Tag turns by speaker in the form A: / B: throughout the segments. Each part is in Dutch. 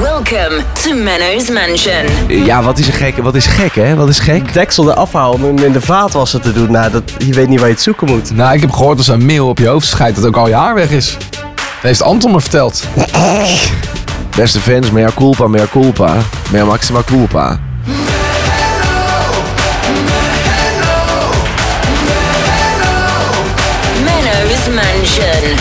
A: Welcome to Menno's Mansion.
B: Ja, wat is er gek? Wat is gek, hè? Wat is gek?
C: deksel eraf halen om hem in de vaatwasser te doen. Nou, dat, je weet niet waar je het zoeken moet.
D: Nou, ik heb gehoord als een mail op je hoofd schijt dat ook al jaar weg is. Dat heeft Anton me verteld.
B: Beste fans, mea culpa, mea culpa. Mea maxima culpa.
A: Menno's Mansion.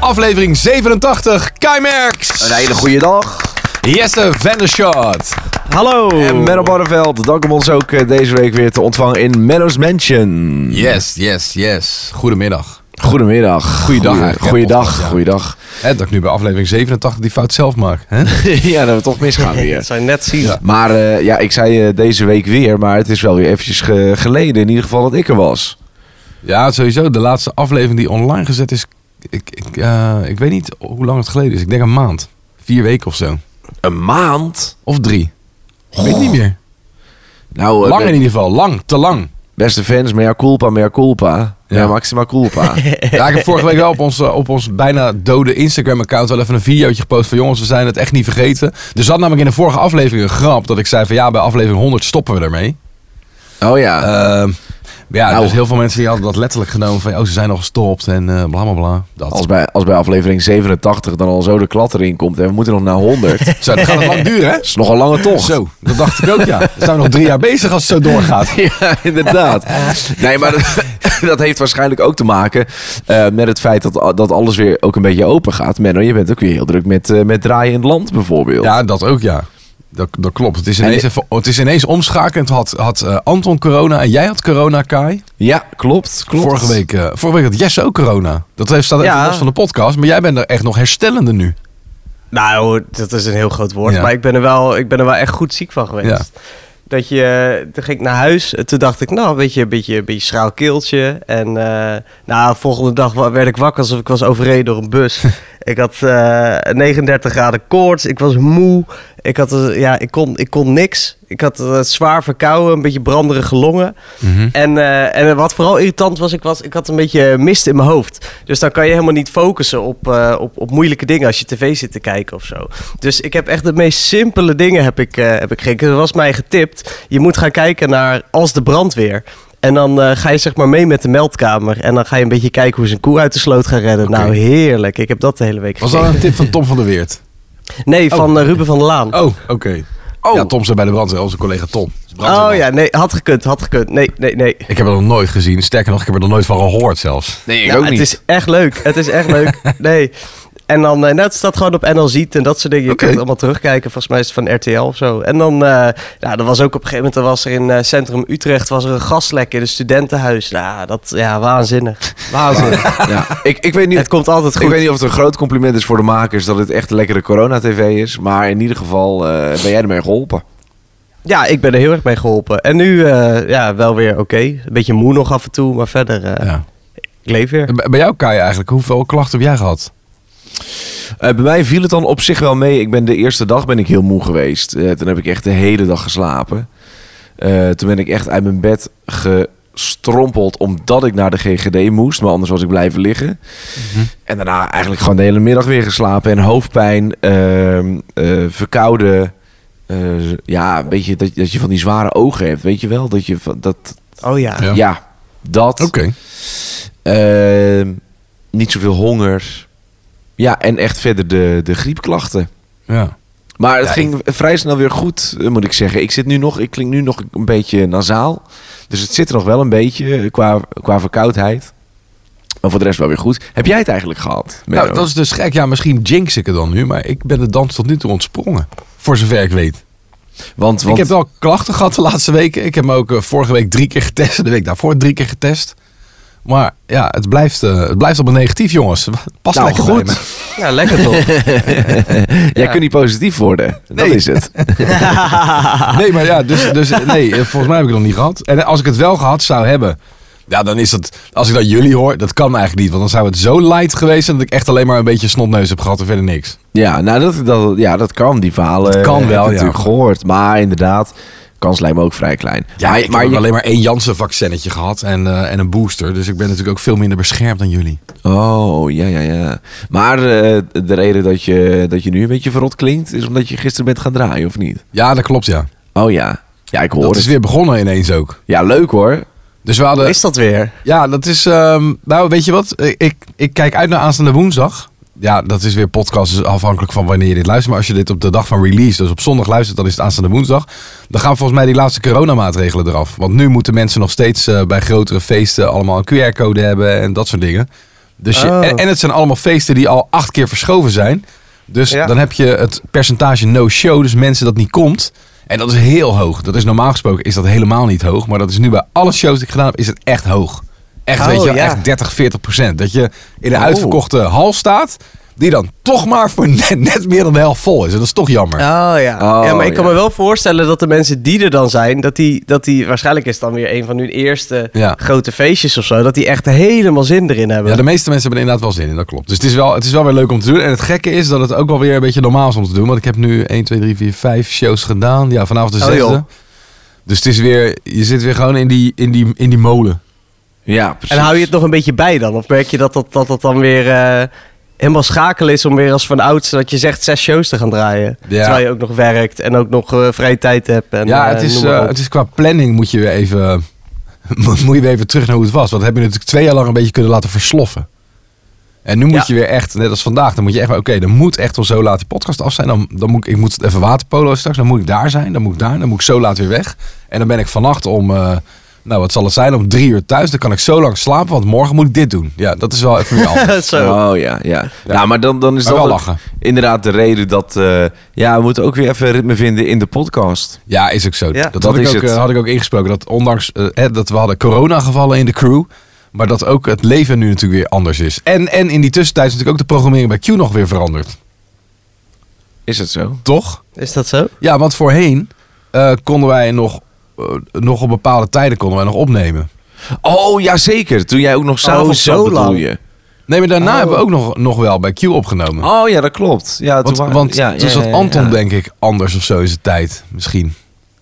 D: Aflevering 87, Keimerks.
B: Een hele goede dag.
D: Jesse Vandershot.
C: Hallo!
B: En Menno Barneveld, dank om ons ook eh, deze week weer te ontvangen in Menno's Mansion.
D: Yes, yes, yes. Goedemiddag.
B: Goedemiddag.
D: Goeiedag eigenlijk, hè,
B: Goeiedag.
D: podcast, ja.
B: Goeiedag.
D: Hè, dat ik nu bij aflevering 87 die fout zelf maak. Hè?
B: ja, dat we toch misgaan
C: Dat
B: weer.
C: zou je net zien.
D: Ja.
B: Maar eh, ja, ik zei eh, deze week weer, maar het is wel weer eventjes ge- geleden in ieder geval dat ik er was.
D: Ja, sowieso. De laatste aflevering die online gezet is... Ik, ik, eh, ik weet niet hoe lang het geleden is. Ik denk een maand. Vier weken of zo.
B: Een maand?
D: Of drie. Ik weet
B: Oh.
D: niet meer.
B: Nou, eh,
D: Lang in
B: be-
D: ieder geval. Lang. Te lang.
B: beste fans, mea culpa, mea culpa. Mea
D: Ja.
B: maxima culpa.
D: Ja, ik heb vorige week wel op ons, eh, op ons bijna dode Instagram-account wel even een videootje gepost van jongens, we zijn het echt niet vergeten. Er zat namelijk in de vorige aflevering een grap dat ik zei van ja, bij aflevering 100 stoppen we ermee.
B: oh ja.
D: Ehm, ja,
B: Nou.
D: dus heel veel mensen die hadden dat letterlijk genomen van oh, ze zijn al gestopt en eh bla bla bla. Dat.
B: Als bij, als bij aflevering 87 dan al zo de klat erin komt en we moeten nog naar 100. Dat
D: Zo, dat gaat nog lang duren hè?
B: is nog een lange tocht.
D: Zo, dat dacht ik ook ja. Dan zijn we nog drie jaar bezig als het zo doorgaat.
B: Ja, inderdaad. Nee, maar dat, dat heeft waarschijnlijk ook te maken eh, met het feit dat, dat alles weer ook een beetje open gaat. Menno, je bent ook weer heel druk met, eh, met draaien in het land bijvoorbeeld.
D: Ja, dat ook ja. Dat, dat klopt. Het is ineens,
B: En-
D: even, het is ineens omschakelen. Het had, had eh, Anton corona en jij had corona, Kai.
B: Ja, klopt, klopt.
D: Vorige week, eh, vorige week had Jesse ook corona. Dat heeft staat even
C: Ja.
D: los van de podcast. Maar jij bent er echt nog herstellende nu.
C: Nou, dat is een heel groot woord.
D: Ja.
C: Maar ik ben, er wel, ik ben er wel echt goed ziek van geweest. Dat je, eh, toen ging ik naar huis. en Toen dacht ik, nou, een beetje een beetje, een beetje schraal keeltje. En eh nou, volgende dag wa- werd ik wakker alsof ik was overreden door een bus. ik had eh, 39 graden koorts. Ik was moe. Ik, had, eh, ja, ik, kon, ik kon niks. Ik had eh, zwaar verkouden, een beetje branderige longen.
D: Mhm.
C: En, eh, en wat vooral irritant was ik, was, ik had een beetje mist in mijn hoofd. Dus dan kan je helemaal niet focussen op, eh, op, op moeilijke dingen als je tv zit te kijken of zo. Dus ik heb echt de meest simpele dingen heb ik, eh, heb ik gekeken. Er was mij getipt, je moet gaan kijken naar Als de Brandweer. En dan eh, ga je zeg maar mee met de meldkamer. En dan ga je een beetje kijken hoe ze een koe uit de sloot gaan redden.
D: Oké.
C: Nou, heerlijk. Ik heb dat de hele week
D: Was
C: gekeken.
D: dat een tip van Tom van der Weert?
C: Nee, van
D: Oh.
C: eh, Ruben van der Laan.
D: Oh, oké.
B: Oh.
D: Ja, Tom zei bij de brandweer, onze collega Tom. Is brandweerman.
C: Oh ja, nee, had gekund, had gekund. Nee, nee, nee.
D: Ik heb er nog nooit gezien. Sterker nog, ik heb er nog nooit van gehoord zelfs.
B: Nee, ik
C: ja,
B: ook
C: het
B: niet.
C: is echt leuk. Het is echt leuk. Nee. En dan, eh, net staat gewoon op NL Ziet en dat soort dingen. Je
B: Oké.
C: kunt het allemaal terugkijken. Volgens mij is het van RTL of zo. En dan, eh nou, er was ook op een gegeven moment, er was er in eh, Centrum Utrecht, was er een gaslek in een studentenhuis. Nou, dat, ja, waanzinnig. Waanzinnig.
B: Ja, ik, ik weet niet...
C: het komt altijd
B: Ik
C: goed.
B: weet niet of het een groot compliment is voor de makers dat het echt lekkere corona-tv is. Maar in ieder geval eh, ben jij ermee geholpen.
C: Ja, ik ben er heel erg mee geholpen. En nu, eh, ja, wel weer oké. Een beetje moe nog af en toe, maar verder, eh,
D: Ja.
C: ik leef weer.
D: En bij- Bij jou, Kai, eigenlijk, hoeveel klachten heb jij gehad?
B: Eh, bij mij viel het dan op zich wel mee. Ik ben de eerste dag ben ik heel moe geweest. Eh, toen heb ik echt de hele dag geslapen. Eh, toen ben ik echt uit mijn bed gestrompeld omdat ik naar de GGD moest. Maar anders was ik blijven liggen.
D: Mhm.
B: En daarna eigenlijk gewoon de hele middag weer geslapen. En hoofdpijn, ehm, eh, verkouden. eh, ja, een beetje dat, dat je van die zware ogen hebt. Weet je wel? Dat je van dat.
C: Oh ja.
D: Ja.
B: Ja, dat.
D: Oké.
B: Ehm, niet zoveel honger. Ja, en echt verder de, de griepklachten.
D: Ja.
B: Maar het
D: Ja,
B: ging vrij snel weer goed, eh, moet ik zeggen. Ik, zit nu nog, ik klink nu nog een beetje nasaal. Dus het zit er nog wel een beetje eh, qua, qua verkoudheid. Maar voor de rest wel weer goed. Heb jij het eigenlijk gehad?
D: Nou,
B: Menno?
D: dat is dus gek. Ja, misschien jinx ik het dan nu, maar ik ben de dans tot nu toe ontsprongen. Voor zover ik weet.
B: want, want
D: Ik heb wel klachten gehad de laatste weken. Ik heb me ook eh, vorige week drie keer getest. en De week daarvoor drie keer getest. Maar ja, het blijft, eh, het blijft op een negatief, jongens. Pas
B: Nou,
D: lekker
B: goed.
D: bij me.
C: Ja, lekker toch?
B: jij kunt niet positief worden. Dat
D: Nee.
B: is het.
D: Nee, maar ja, dus, dus nee, eh, volgens mij heb ik het nog niet gehad. En als ik het wel gehad zou hebben, ja, dan is dat, als ik dat jullie hoor, dat kan eigenlijk niet. Want dan zou het zo light geweest zijn dat ik echt alleen maar een beetje snotneus heb gehad en verder niks.
B: Ja, nou, dat, dat, ja, dat kan. Die verhalen
D: Dat kan
B: heb ik
D: wel, ja.
B: natuurlijk gehoord. Maar inderdaad, kans lijkt me ook vrij klein.
D: Ja,
B: Maar-
D: ik
B: maar
D: heb
B: je-
D: alleen maar één Janssen-vaccinetje gehad en, eh, en een booster. Dus ik ben natuurlijk ook veel minder beschermd dan jullie.
B: Oh, ja, ja, ja. Maar eh, de reden dat je, dat je nu een beetje verrot klinkt... is omdat je gisteren bent gaan draaien, of niet?
D: Ja, dat klopt, ja.
B: Oh ja. Ja, ik hoor
D: Dat
B: het.
D: is weer begonnen ineens ook.
B: Ja, leuk hoor.
D: Dus we hadden...
C: Is dat weer?
D: Ja, dat is... ehm, nou, weet je wat? Ik, ik, ik kijk uit naar aanstaande woensdag. Ja, dat is weer podcast dus afhankelijk van wanneer je dit luistert. Maar als je dit op de dag van release, dus op zondag luistert, dan is het aanstaande woensdag. Dan gaan volgens mij die laatste coronamaatregelen eraf. Want nu moeten mensen nog steeds eh, bij grotere feesten allemaal een QR-code hebben en dat soort dingen. Dus je,
C: Oh.
D: en, en het zijn allemaal feesten die al acht keer verschoven zijn. Dus
C: Ja.
D: dan heb je het percentage no-show, dus mensen dat niet komt. En dat is heel hoog. Dat is normaal gesproken is dat helemaal niet hoog. Maar dat is nu bij alle shows die ik gedaan heb, is het echt hoog. Echt,
C: Oh,
D: weet je, wel,
C: ja.
D: echt 30, 40 procent. Dat je in een
B: Oh.
D: uitverkochte hal staat, die dan toch maar voor net, net meer dan de helft vol is. En dat is toch jammer.
C: Oh ja.
B: Oh,
C: ja, maar ik kan
B: ja.
C: me wel voorstellen dat de mensen die er dan zijn, dat die, dat die waarschijnlijk is het dan weer een van hun eerste
D: Ja.
C: grote feestjes of zo, dat die echt helemaal zin erin hebben.
D: Ja, de meeste mensen hebben er inderdaad wel zin in, dat klopt. Dus het is, wel, het is wel weer leuk om te doen. En het gekke is dat het ook wel weer een beetje normaal is om te doen. Want ik heb nu 1, 2, 3, 4, 5 shows gedaan. Ja, vanavond de
C: Oh, joh.
D: zesde. Dus het is weer, je zit weer gewoon in die, in die, in die molen.
B: Ja, precies.
C: en hou je het nog een beetje bij dan? Of merk je dat dat, dat, dat dan weer eh, helemaal schakelen is om weer als van ouds dat je zegt zes shows te gaan draaien?
D: Ja.
C: Terwijl je ook nog werkt en ook nog eh, vrije tijd hebt. En,
D: ja,
C: eh,
D: het is,
C: noem maar
D: eh,
C: op.
D: het is qua planning moet je weer even, moet je weer even terug naar hoe het was. Want dat heb je natuurlijk twee jaar lang een beetje kunnen laten versloffen. En nu moet
C: Ja.
D: je weer echt, net als vandaag, dan moet je echt, maar, oké, dan moet echt al zo laat die podcast af zijn. Dan, dan moet ik, ik moet even waterpolo straks, dan moet ik daar zijn, dan moet ik daar, dan moet ik zo laat weer weg. En dan ben ik vannacht om, eh, nou wat zal het zijn, om drie uur thuis. Dan kan ik zo lang slapen, want morgen moet ik dit doen. Ja, dat is wel even weer anders.
C: zo.
B: Oh ja, ja. Nou, maar dan, dan is
D: Maar
B: dat
D: wel
B: ook
D: lachen.
B: inderdaad de reden dat... eh, ja, we moeten ook weer even ritme vinden in de podcast.
D: Ja, is ook zo.
C: Ja.
D: Dat,
B: Dat
D: had,
B: is
D: ik ook,
B: het.
D: eh, had ik ook ingesproken. Dat ondanks eh, hè, dat we hadden coronagevallen in de crew. Maar dat ook het leven nu natuurlijk weer anders is. En, en in die tussentijd is natuurlijk ook de programmering bij Q nog weer veranderd.
B: Is het zo?
D: Toch?
C: Is dat zo?
D: Ja, want voorheen eh, konden wij nog, eh, nog op bepaalde tijden konden wij nog opnemen.
B: Oh, ja zeker. Toen jij ook nog s'avonds
C: Oh, zo
B: zat, bedoel
C: lang.
B: je.
D: Nee, maar daarna
C: Oh.
D: hebben we ook nog, nog wel bij Q opgenomen.
B: Oh ja, dat klopt. Ja,
D: want
B: wa-
D: want
B: ja,
D: toen
B: ja,
D: zat
B: ja,
D: Anton
B: ja.
D: denk ik anders of zo in zijn tijd. Misschien.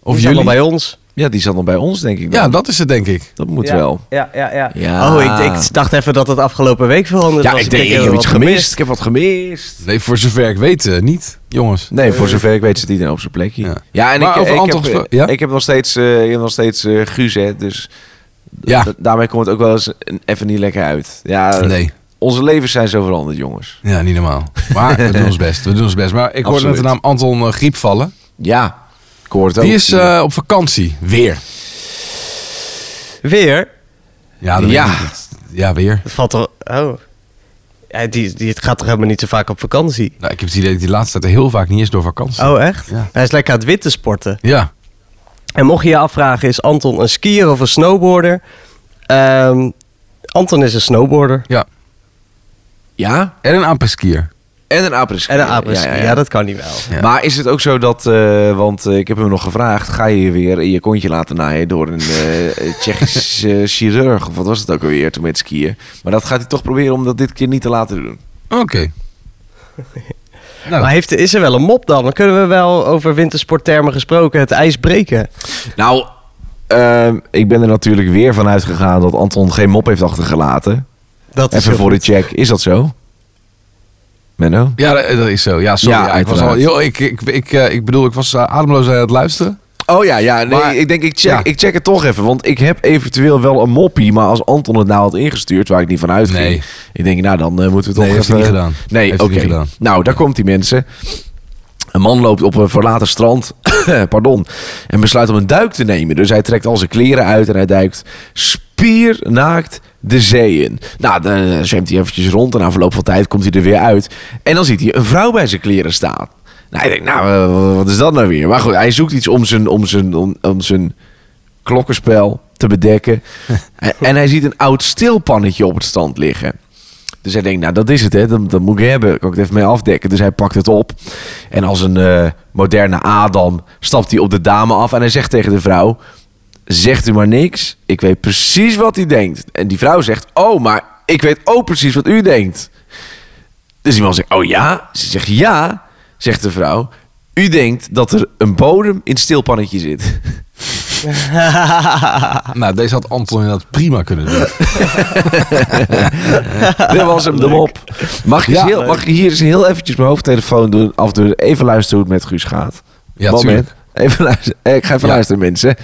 D: Of
C: Die
D: jullie.
C: zijn wel bij ons.
B: Ja, die zat nog bij ons, denk ik.
D: Ja,
B: dan.
D: dat is het denk ik.
B: dat moet
C: ja,
B: wel.
C: Ja, ja, ja.
B: Ja.
C: Oh, ik, ik dacht even dat het afgelopen week veranderd
B: Ja,
C: was.
B: ik denk, ik
C: heb
B: heb
C: wel
B: iets
C: wat
B: gemist. Ik heb wat gemist.
D: Nee, voor zover ik weet eh, niet, jongens.
B: Nee, voor zover ik weet zit iedereen op zijn plekje.
D: Eh, Ja.
B: Ja, en
D: Maar
B: ik,
D: over
B: ik,
D: Anton
B: heb,
D: gesproken, ja?
B: ik heb nog steeds, eh, ik heb nog steeds eh, Guus, hè, dus
D: Ja.
B: da- daarmee komt het ook wel eens een- even niet lekker uit. Ja,
D: Nee.
B: onze levens zijn zo veranderd, jongens.
D: Ja, niet normaal. Maar we doen ons best. We doen ons best. Maar ik hoorde net de
B: Absoluut.
D: naam Anton eh, Griep vallen.
B: Ja, ik hoor het ook.
D: Die is eh, op vakantie. Weer.
C: Weer?
D: Ja,
B: dat
D: ja.
B: weet ik
D: ja weer.
C: Dat valt toch... Oh. Ja, die, die het gaat toch helemaal niet zo vaak op vakantie?
D: Nou, ik heb het idee dat die laatste tijd heel vaak niet is door vakantie.
C: Oh, echt?
D: Ja.
C: Hij is lekker aan het witte sporten.
D: Ja.
C: En mocht je je afvragen, is Anton een skier of een snowboarder? Ehm, Anton is een snowboarder.
D: ja.
B: Ja,
D: En een apres-skier.
B: en een apres.
C: En een apres ja, dat kan niet wel.
D: Ja.
B: Maar is het ook zo dat, eh, want eh, ik heb hem nog gevraagd, ga je je weer in je kontje laten naaien door een eh, Tsjechisch eh, chirurg? Of wat was het ook alweer toen met skiën? Maar dat gaat hij toch proberen om dat dit keer niet te laten doen.
D: Oké. Nou,
C: Maar heeft, is er wel een mop dan? Dan kunnen we wel over wintersporttermen gesproken het ijs breken.
B: Nou, ehm, ik ben er natuurlijk weer van uitgegaan dat Anton geen mop heeft achtergelaten.
C: Dat is
B: Even
C: heel
B: voor de
C: goed.
B: check. Is dat zo? Menno?
D: ja, dat, dat is zo. Ja, sorry.
B: Ja,
D: Ja, ik, was al,
B: uiteraard.
D: joh, ik, ik, ik, eh, ik bedoel, ik was eh, ademloos aan het luisteren.
B: Oh ja, ja. Nee,
D: Maar-
B: ik denk ik check,
D: ja.
B: ik check het toch even. Want ik heb eventueel wel een moppie. Maar als Anton het nou had ingestuurd, waar ik niet van uitging.
D: Nee.
B: Ik denk, nou dan eh, moeten we toch
D: Nee, heeft
B: even...
D: hij niet gedaan.
B: Nee,
D: Heeft
B: oké.
D: hij niet gedaan.
B: Nou, daar komt die mensen. Een man loopt op een verlaten strand, pardon, en besluit om een duik te nemen. Dus hij trekt al zijn kleren uit en hij duikt spiernaakt de zee in. Nou, dan eh, zwemt hij eventjes rond en na verloop van tijd komt hij er weer uit. En dan ziet hij een vrouw bij zijn kleren staan. Nou, hij denkt, nou, eh, wat is dat nou weer? Maar goed, hij zoekt iets om zijn, om zijn, om, om zijn klokkenspel te bedekken. en, en hij ziet een oud stilpannetje op het strand liggen. Dus hij denkt, nou dat is het, hè. Dat, dat moet ik hebben. Kan ik het even mee afdekken. Dus hij pakt het op. En als een eh, moderne Adam stapt hij op de dame af. En hij zegt tegen de vrouw, zegt u maar niks. Ik weet precies wat u denkt. En die vrouw zegt, oh, maar ik weet ook precies wat u denkt. Dus die man zegt, oh ja? Ze zegt, ja, zegt de vrouw. U denkt dat er een bodem in het stilpannetje zit.
C: Ah.
D: Nou, deze had Anton inderdaad prima kunnen doen.
B: Dit was hem, de mop. Mag ik, eens
D: Ja,
B: heel,
C: leuk.
B: mag ik hier eens heel eventjes mijn hoofdtelefoon doen, afdoen? Even luisteren hoe het met Guus gaat.
D: Ja,
B: Moment.
D: tuurlijk.
B: Even luisteren. Eh, Ik ga even
D: Ja.
B: luisteren, mensen.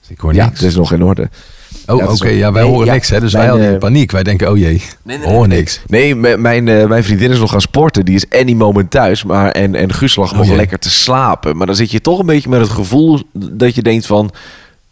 D: Dus ik hoor
B: Ja,
D: niks.
B: het is nog in orde.
D: oh,
B: ja,
D: oké.
B: het is wel-
D: ja, wij
B: Nee,
D: horen
B: ja.
D: niks, hè. Dus wij
B: Mijn,
D: hadden
B: eh,
D: in paniek. Wij denken, oh jee, hoor niks.
B: Nee, m- mijn, eh, mijn vriendin is nog gaan sporten. Die is any moment thuis. Maar, en, en Guus lag
D: Oh,
B: nog
D: jee.
B: lekker te slapen. Maar dan zit je toch een beetje met het gevoel dat je denkt van...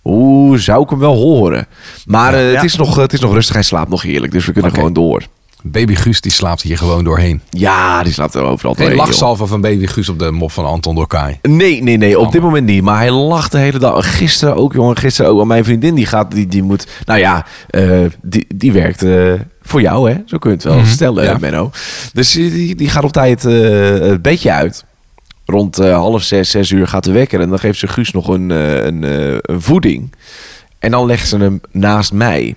B: Oeh, zou ik hem wel horen? Maar eh,
C: Ja.
B: Het, is nog, het is nog rustig. Hij slaapt nog heerlijk. Dus we kunnen
D: Oké.
B: gewoon door.
D: Baby Guus, die slaapt hier gewoon doorheen.
B: Ja, die slaapt er overal
D: Geen
B: doorheen, joh.
D: lachsalven van Baby Guus op de mop van Anton Dorkaai.
B: Nee, nee, nee. Op dit
D: Jammer.
B: moment niet. Maar hij lacht de hele dag. Gisteren ook, jongen. Gisteren ook. Want Mijn vriendin die gaat, die, die moet... Nou ja, eh, die, die werkt eh, voor jou, hè? Zo kun je het wel stellen,
D: Mhm. ja.
B: Menno. Dus die, die- die gaat op tijd eh, het bedje uit. Rond eh, half zes, zes uur gaat de wekker. En dan geeft ze Guus nog een, eh, een, eh, een voeding. En dan legt ze hem naast mij.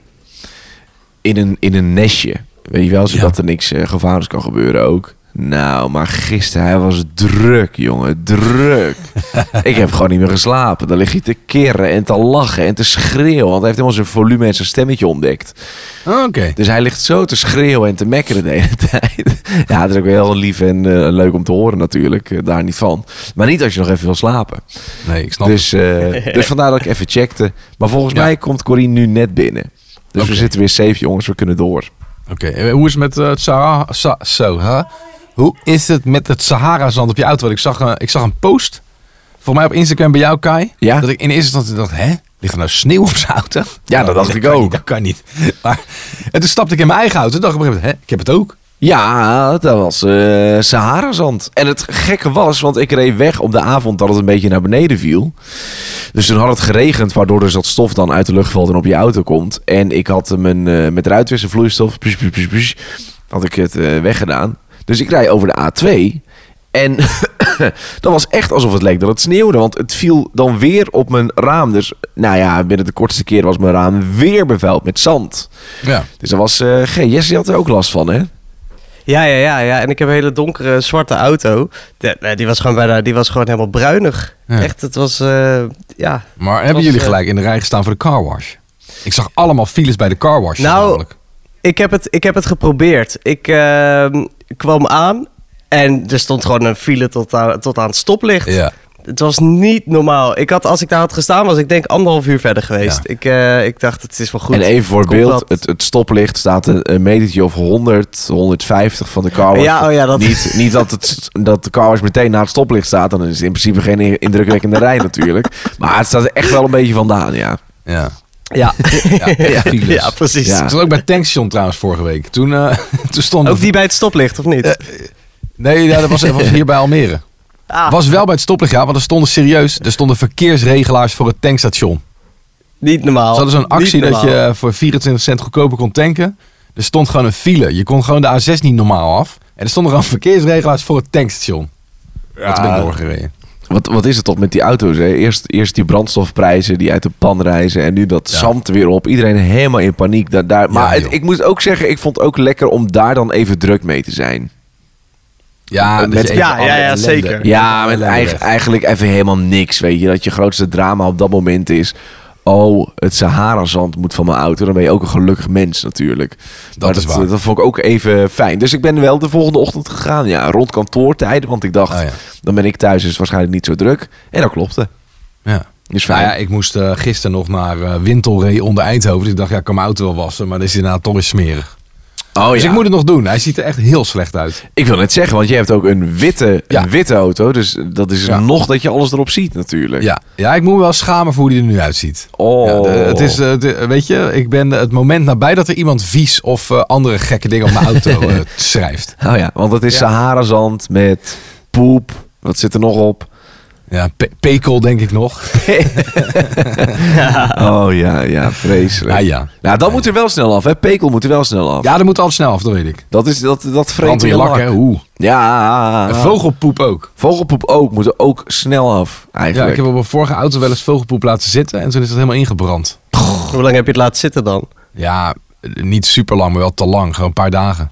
B: In een, in een nestje. Weet je wel, zodat
D: Ja.
B: er niks eh, gevaarlijks kan gebeuren ook. Nou, maar gisteren, hij was druk, jongen. Druk. ik heb gewoon niet meer geslapen. Dan lig je te kirren en te lachen en te schreeuwen. Want hij heeft helemaal zijn volume en zijn stemmetje ontdekt.
D: Oké.
B: Dus hij ligt zo te schreeuwen en te mekkeren de hele tijd. ja, dat is ook wel heel lief en eh, leuk om te horen natuurlijk. Eh, daar niet van. Maar niet als je nog even wil slapen.
D: Nee, ik snap
B: Dus, eh, dus vandaar dat ik even checkte. Maar volgens
D: Ja.
B: mij komt Corine nu net binnen. Dus
D: Oké.
B: we zitten weer safe, jongens. We kunnen door.
D: het. Oké, en hoe is het met eh, het Sahara... Sa zo, hè? Hoe is het met het Sahara-zand op je auto? Want ik zag, eh, ik zag een post, voor mij op Instagram bij jou, Kai.
B: Ja.
D: Dat ik in eerste instantie dacht, hè? Ligt er nou sneeuw op zijn auto?
B: Ja, dat dacht ik
D: kan
B: ook.
D: niet, dat kan niet. Maar, en toen stapte ik in mijn eigen auto en dacht ik op een gegeven moment, hè? Ik heb het ook.
B: Ja, dat was eh Sahara-zand. En het gekke was, want ik reed weg op de avond dat het een beetje naar beneden viel. Dus toen had het geregend, waardoor dus dat stof dan uit de lucht valt en op je auto komt. En ik had mijn, eh, met ruitwisselvloeistof, push, push, push, push, had ik het eh, weggedaan. Dus ik rijd over de A2. En dat was echt alsof het leek dat het sneeuwde. Want het viel dan weer op mijn raam. Dus nou ja, binnen de kortste keer was mijn raam weer bevuild met zand.
D: Ja.
B: Dus dat was... eh G. Jesse had er ook last van, hè?
C: Ja, ja, ja, ja. En ik heb een hele donkere zwarte auto. De- eh, die was gewoon bijna, die was gewoon helemaal bruinig.
D: Ja.
C: Echt, het was, eh, ja.
D: Maar hebben
C: was,
D: jullie
C: eh,
D: gelijk in de rij gestaan voor de carwash? Ik zag allemaal files bij de carwash.
C: Nou,
D: namelijk.
C: Ik heb het, ik heb het geprobeerd. Ik ehm, kwam aan en er stond gewoon een file tot aan, tot aan het stoplicht.
D: Ja.
C: Het was niet normaal. Ik had, als ik daar had gestaan, was ik denk anderhalf uur verder geweest.
D: Ja.
C: Ik, eh, ik dacht, het is wel goed.
B: En even voor
C: Komt
B: beeld,
C: dat.
B: het, het stoplicht staat een, een metertje of 100, 150 van de carwash.
C: Ja, oh ja, dat-
B: Niet, niet dat, het, dat de carwash meteen na het stoplicht staat. Dan is het in principe geen in- indrukwekkende rij natuurlijk. Maar het staat er echt wel een beetje vandaan, ja.
D: Ja.
C: Ja,
D: Ja,
C: ja,
D: files.
C: ja, precies.
B: Ja.
D: Ik zat ook bij Tankstation trouwens vorige week. Toen, eh, toen stond
C: Ook die bij het stoplicht, of niet?
D: Eh, Nee, ja, dat was, dat was hier bij Almere.
C: Ah.
D: Was wel bij het stoplicht, ja, want er stonden serieus... Er stonden verkeersregelaars voor het tankstation.
C: niet normaal.
D: Ze hadden zo'n
C: Niet
D: actie dat
C: normaal.
D: je voor 24 cent goedkoper kon tanken. Er stond gewoon een file. Je kon gewoon de A6 niet normaal af. En er stonden gewoon verkeersregelaars voor het tankstation. Ja. Toen ben ik doorgereden.
B: Wat, wat is het toch met die auto's, hè? Eerst, eerst die brandstofprijzen die uit de pan reizen en nu dat
D: Ja.
B: zand weer op. Iedereen helemaal in paniek. Daar, daar. Maar het-
D: joh.
B: ik moet ook zeggen, ik vond het ook lekker om daar dan even druk mee te zijn.
D: Ja, dat
B: Met-
D: je even
C: Ja, ja,
D: alle
C: ja,
D: ellende-
C: zeker.
B: Ja, met
D: ellende
B: eigen,
D: weg.
B: eigenlijk even helemaal niks. Weet je, dat je grootste drama op dat moment is. Oh, het Sahara-zand moet van mijn auto. Dan ben je ook een gelukkig mens natuurlijk. Dat
D: is
B: dat, eh,
D: waar.
B: Dat vond ik ook even fijn. Dus ik ben wel de volgende ochtend gegaan. Ja, rond kantoortijden. Want ik dacht,
D: Oh ja.
B: dan ben ik thuis. Dus waarschijnlijk niet zo druk. En dat klopte.
D: Ja.
B: Is
D: Nou
B: fijn.
D: ja, ik moest eh, gisteren nog naar eh Wintelree onder Eindhoven. Dus ik dacht, ja, ik kan mijn auto wel wassen. Maar dan is hij daarna toch weer smerig.
B: oh,
D: Dus
B: ja.
D: ik moet het nog doen. Hij ziet er echt heel slecht uit.
B: Ik wil net zeggen, want je hebt ook een witte,
D: Ja.
B: een witte auto. Dus dat is
D: Ja.
B: nog dat je alles erop ziet natuurlijk.
D: Ja, ja ik moet me wel schamen voor hoe hij er nu uitziet.
B: Oh.
D: Ja, de- het is, eh, de- weet je, ik ben het moment nabij dat er iemand vies of eh, andere gekke dingen op mijn auto eh, schrijft.
B: Oh ja, want het is
D: Ja.
B: Sahara-zand met poep. Wat zit er nog op?
D: Ja, pe- pekel denk ik nog.
B: Oh ja, ja, vreselijk.
D: Ah, Ja, ja.
B: Nou, dat moet er wel snel af, hè? Pekel moet er wel snel af.
D: Ja, dat moet altijd snel af, dat weet ik.
B: Dat is dat dat vreet
D: Want
B: je
D: je lak,
B: lak. Ah.
D: hè? Hoe?
B: Ja.
D: En Vogelpoep ook.
B: Vogelpoep ook moet er ook snel af
D: Ja,
B: eigenlijk.
D: ik heb op mijn vorige auto wel eens vogelpoep laten zitten en toen is dat helemaal ingebrand.
C: Hoe lang heb je het laten zitten dan?
D: Ja, eh, niet super lang, maar wel te lang. Gewoon een paar dagen.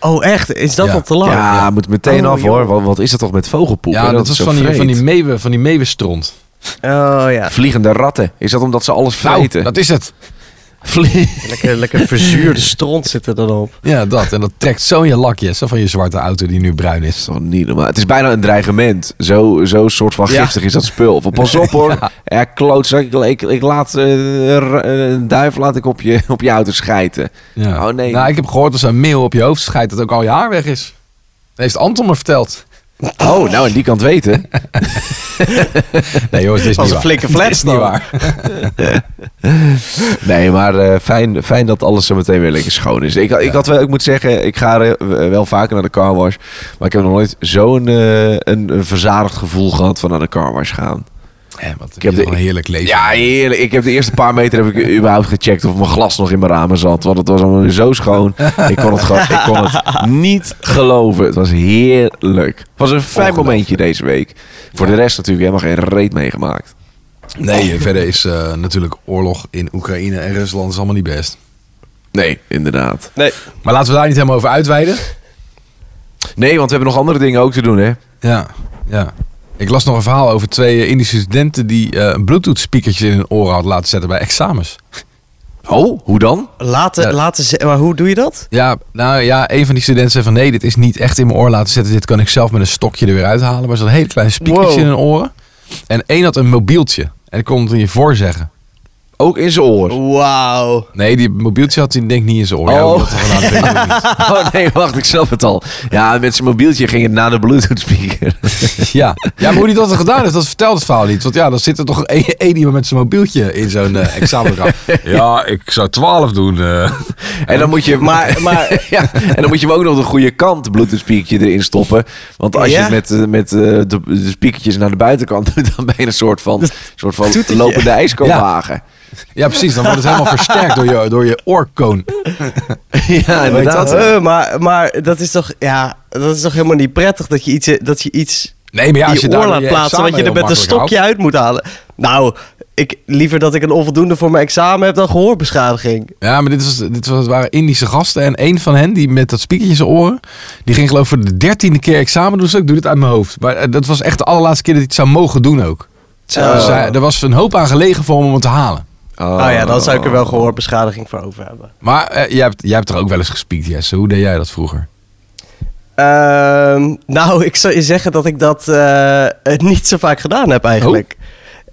C: Oh, echt? Is dat
D: Ja.
C: al te lang?
B: Ja, moet meteen
C: Oh,
B: af
C: joh.
B: hoor. Wat, wat is dat toch met vogelpoep? hè,
D: Ja, dat was
B: het zo
D: van die, van
B: vreet.
D: die meeuwen, van die meeuwenstront.
C: Oh ja,
B: Vliegende ratten. Is dat omdat ze alles
D: Nou,
B: vreten?
D: dat is het.
B: Vlie-
C: lekker, lekker verzuurde stront zit er dan op.
D: Ja, dat. En dat trekt zo in je lakje. Zo van je zwarte auto die nu bruin
B: Dat
D: is.
B: is toch niet normaal. Het is bijna een dreigement. Zo, zo soort van
D: Ja.
B: giftig is dat spul. Van, pas op hoor. Ja, klootzak. Ik, ik, ik laat eh, r- eh, een duif laat ik op, je, op je auto schijten.
D: Ja.
B: Oh, nee.
D: Nou, ik heb gehoord dat zo'n meel op je hoofd schijt dat ook al je haar weg is. Dat heeft Anton me verteld.
B: Oh, nou aan die kant weten.
D: Nee jongens, dit is
C: Als
D: niet
C: een
D: waar.
C: flinke
D: Dit
C: flats
D: is niet
C: dan.
D: waar.
B: Oh. Nee, maar eh, fijn, fijn dat alles zo meteen weer lekker schoon is. Ik, ik had wel, ik moet zeggen, ik ga eh, wel vaker naar de car wash. Maar ik heb nog nooit zo'n eh, een, een verzadigd gevoel gehad van naar de car wash gaan.
D: Ja, want ik
B: heb
D: heb
B: de-
D: Eh, een heerlijk leven.
B: Ja, heerlijk. Ik heb de eerste paar meter heb ik überhaupt gecheckt of mijn glas nog in mijn ramen zat. Want het was allemaal zo schoon. Ik kon het, gewoon, ik kon het niet geloven. Het was heerlijk. Het was een fijn
D: Ongelooflijk.
B: momentje deze week. Voor de rest natuurlijk helemaal geen reet meegemaakt.
D: Nee, verder is eh, natuurlijk oorlog in Oekraïne en Rusland is allemaal niet best.
B: Nee, inderdaad.
C: Nee,
D: Maar laten we daar niet helemaal over uitweiden.
B: Nee, want we hebben nog andere dingen ook te doen, hè?
D: Ja, ja. Ik las nog een verhaal over twee eh, Indische studenten die eh, een bluetooth speakertje in hun oren hadden laten zetten bij examens.
B: Oh, hoe dan?
C: laten,
D: Ja.
C: laten ze... Maar hoe doe je dat?
D: Ja, nou ja, een van die studenten zei van nee, dit is niet echt in mijn oor laten zitten. Dit kan ik zelf met een stokje er weer uithalen. Maar er zat een hele kleine speakertje
C: Wow.
D: in hun oren. En één had een mobieltje. En ik kon het in je voor zeggen.
B: Ook in zijn oor.
C: Wauw.
D: Nee, die mobieltje had hij denk ik niet in zijn oor. Ja,
B: Oh.
D: dat had hij gedaan, weet ik ook niet.
B: Oh nee, wacht, ik snap het al. Ja, met zijn mobieltje ging het naar de Bluetooth speaker.
D: ja. ja, maar hoe hij dat had gedaan heeft, dat vertelt het verhaal niet. Want ja, dan zit er toch één één iemand met zijn mobieltje in zo'n eh, examenraam. ja, ik zou twaalf doen. eh.
B: En dan moet je, maar, maar, ja, en dan moet je hem ook nog de goede kant Bluetooth speakertje erin stoppen. Want als je
C: Ja.
B: het met, eh, met eh, de, de speakertjes naar de buitenkant doet, dan ben je een soort van, soort van
C: toetertje.
B: lopende ijskoopwagen.
D: Ja, precies. Dan wordt het helemaal versterkt door je, door je oorkoon.
B: Ja, inderdaad.
C: Eh, maar, maar dat is toch... Ja, dat is toch helemaal niet prettig dat je iets... Dat je iets
D: Nee, maar ja,
C: in
D: als
C: je
D: je
C: oor
D: daar
C: laat
D: je
C: plaatsen,
D: examen
C: wat je er
D: heel
C: met een
D: makkelijk houdt.
C: stokje uit moet halen. Nou, ik, liever dat ik een onvoldoende voor mijn examen heb dan gehoorbeschadiging.
D: Ja, maar dit, was, dit was, waren Indische gasten. En één van hen, die met dat spiekertje in zijn oren... die ging geloof ik voor de dertiende keer examen doen. Dus ik doe dit uit mijn hoofd. Maar eh, dat was echt de allerlaatste keer dat hij het zou mogen doen ook. Dus hij- er was een hoop aan gelegen voor hem om het te halen. Oh.
C: Nou Oh. ja, dan zou ik er wel gehoorbeschadiging voor over hebben.
D: Maar eh, jij, hebt, jij hebt er ook wel eens gespiekt, Jesse. Hoe deed jij dat vroeger?
C: Ehm, nou, ik zou je zeggen dat ik dat eh, eh, niet zo vaak gedaan heb eigenlijk.
D: Oh?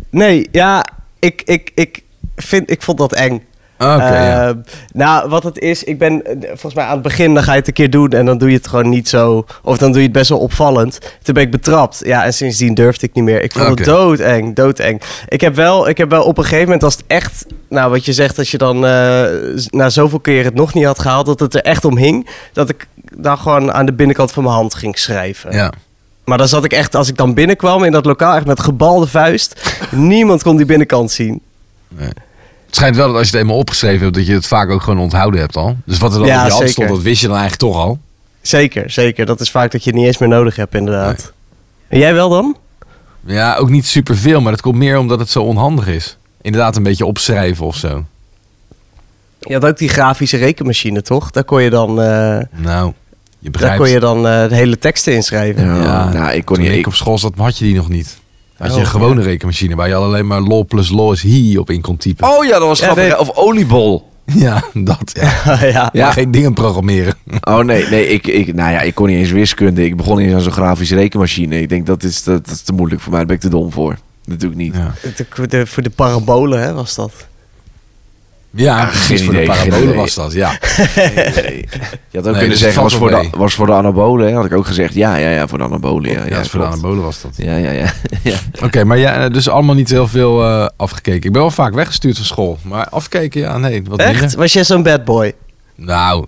C: Nee, ja, ik, ik, ik, vind, ik vond dat eng.
D: Ah, Oké, ja.
C: Ehm, Nou, wat het is, ik ben eh, volgens mij aan het begin, dan ga je het een keer doen en dan doe je het gewoon niet zo, of dan doe je het best wel opvallend. Toen ben ik betrapt, ja, en sindsdien durfde ik niet meer. Ik vond
D: Ah, Oké.
C: het doodeng, doodeng. Ik heb, wel, ik heb wel op een gegeven moment, als het echt, nou wat je zegt, als je dan eh, z- na zoveel keer het nog niet had gehaald, dat het er echt om hing, dat ik dan gewoon aan de binnenkant van mijn hand ging schrijven.
D: ja.
C: Maar dan zat ik echt, als ik dan binnenkwam in dat lokaal, echt met gebalde vuist, niemand kon die binnenkant zien.
D: Het schijnt wel dat als je het eenmaal opgeschreven hebt... dat je het vaak ook gewoon onthouden hebt al. Dus wat er dan
C: Ja,
D: op je hand
C: zeker.
D: stond, dat wist je dan eigenlijk toch al.
C: Zeker, zeker. Dat is vaak dat je het niet eens meer nodig hebt, inderdaad. En jij wel dan?
D: Ja, ook niet superveel. Maar dat komt meer omdat het zo onhandig is. Inderdaad een beetje opschrijven of zo.
C: Je had ook die grafische rekenmachine, toch? Daar kon je dan, eh,
D: Nou, je begrijpt.
C: daar kon je dan eh, de hele teksten inschrijven.
B: Ja, nou, ik kon
D: toen
B: niet.
D: ik
B: Ik,
D: op school zat, had je die nog niet. Had je
C: Oh,
D: een gewone rekenmachine waar je alleen maar lol plus lol is hi op in kon typen.
B: oh ja, dat was
C: Ja,
B: grappig.
C: nee.
B: hè? Of oliebol.
D: Ja, dat. Ja.
C: Ja, ja.
B: Ja.
D: Maar Geen dingen programmeren.
B: Oh nee, nee ik, ik, nou ja, ik kon niet eens wiskunde. Ik begon niet eens aan zo'n grafische rekenmachine. Ik denk, dat is, te- dat is te moeilijk voor mij. Daar ben ik te dom voor. Natuurlijk niet.
D: Ja,
C: De- de- voor de parabolen hè, was dat.
D: ja
B: Ah,
D: precies.
B: geen
D: voor
B: idee,
D: de
B: geen
D: parabolen
B: idee.
D: was dat. Ja.
B: Je had ook
D: Nee,
B: kunnen
D: dus
B: zeggen,
D: valt
B: was voor,
D: wel
B: de, was voor de anabolen. Hè? Had ik ook gezegd, ja, ja, ja, voor de anabolen. Ja,
D: Ja,
B: ja,
D: dus voor de
B: klopt.
D: anabolen was dat.
B: Ja, ja, ja. ja.
D: Oké, maar ja, dus allemaal niet heel veel eh, afgekeken. Ik ben wel vaak weggestuurd van school. Maar afkeken, ja, nee. Wat
C: Echt?
D: minder.
C: Was jij zo'n bad boy?
D: Nou,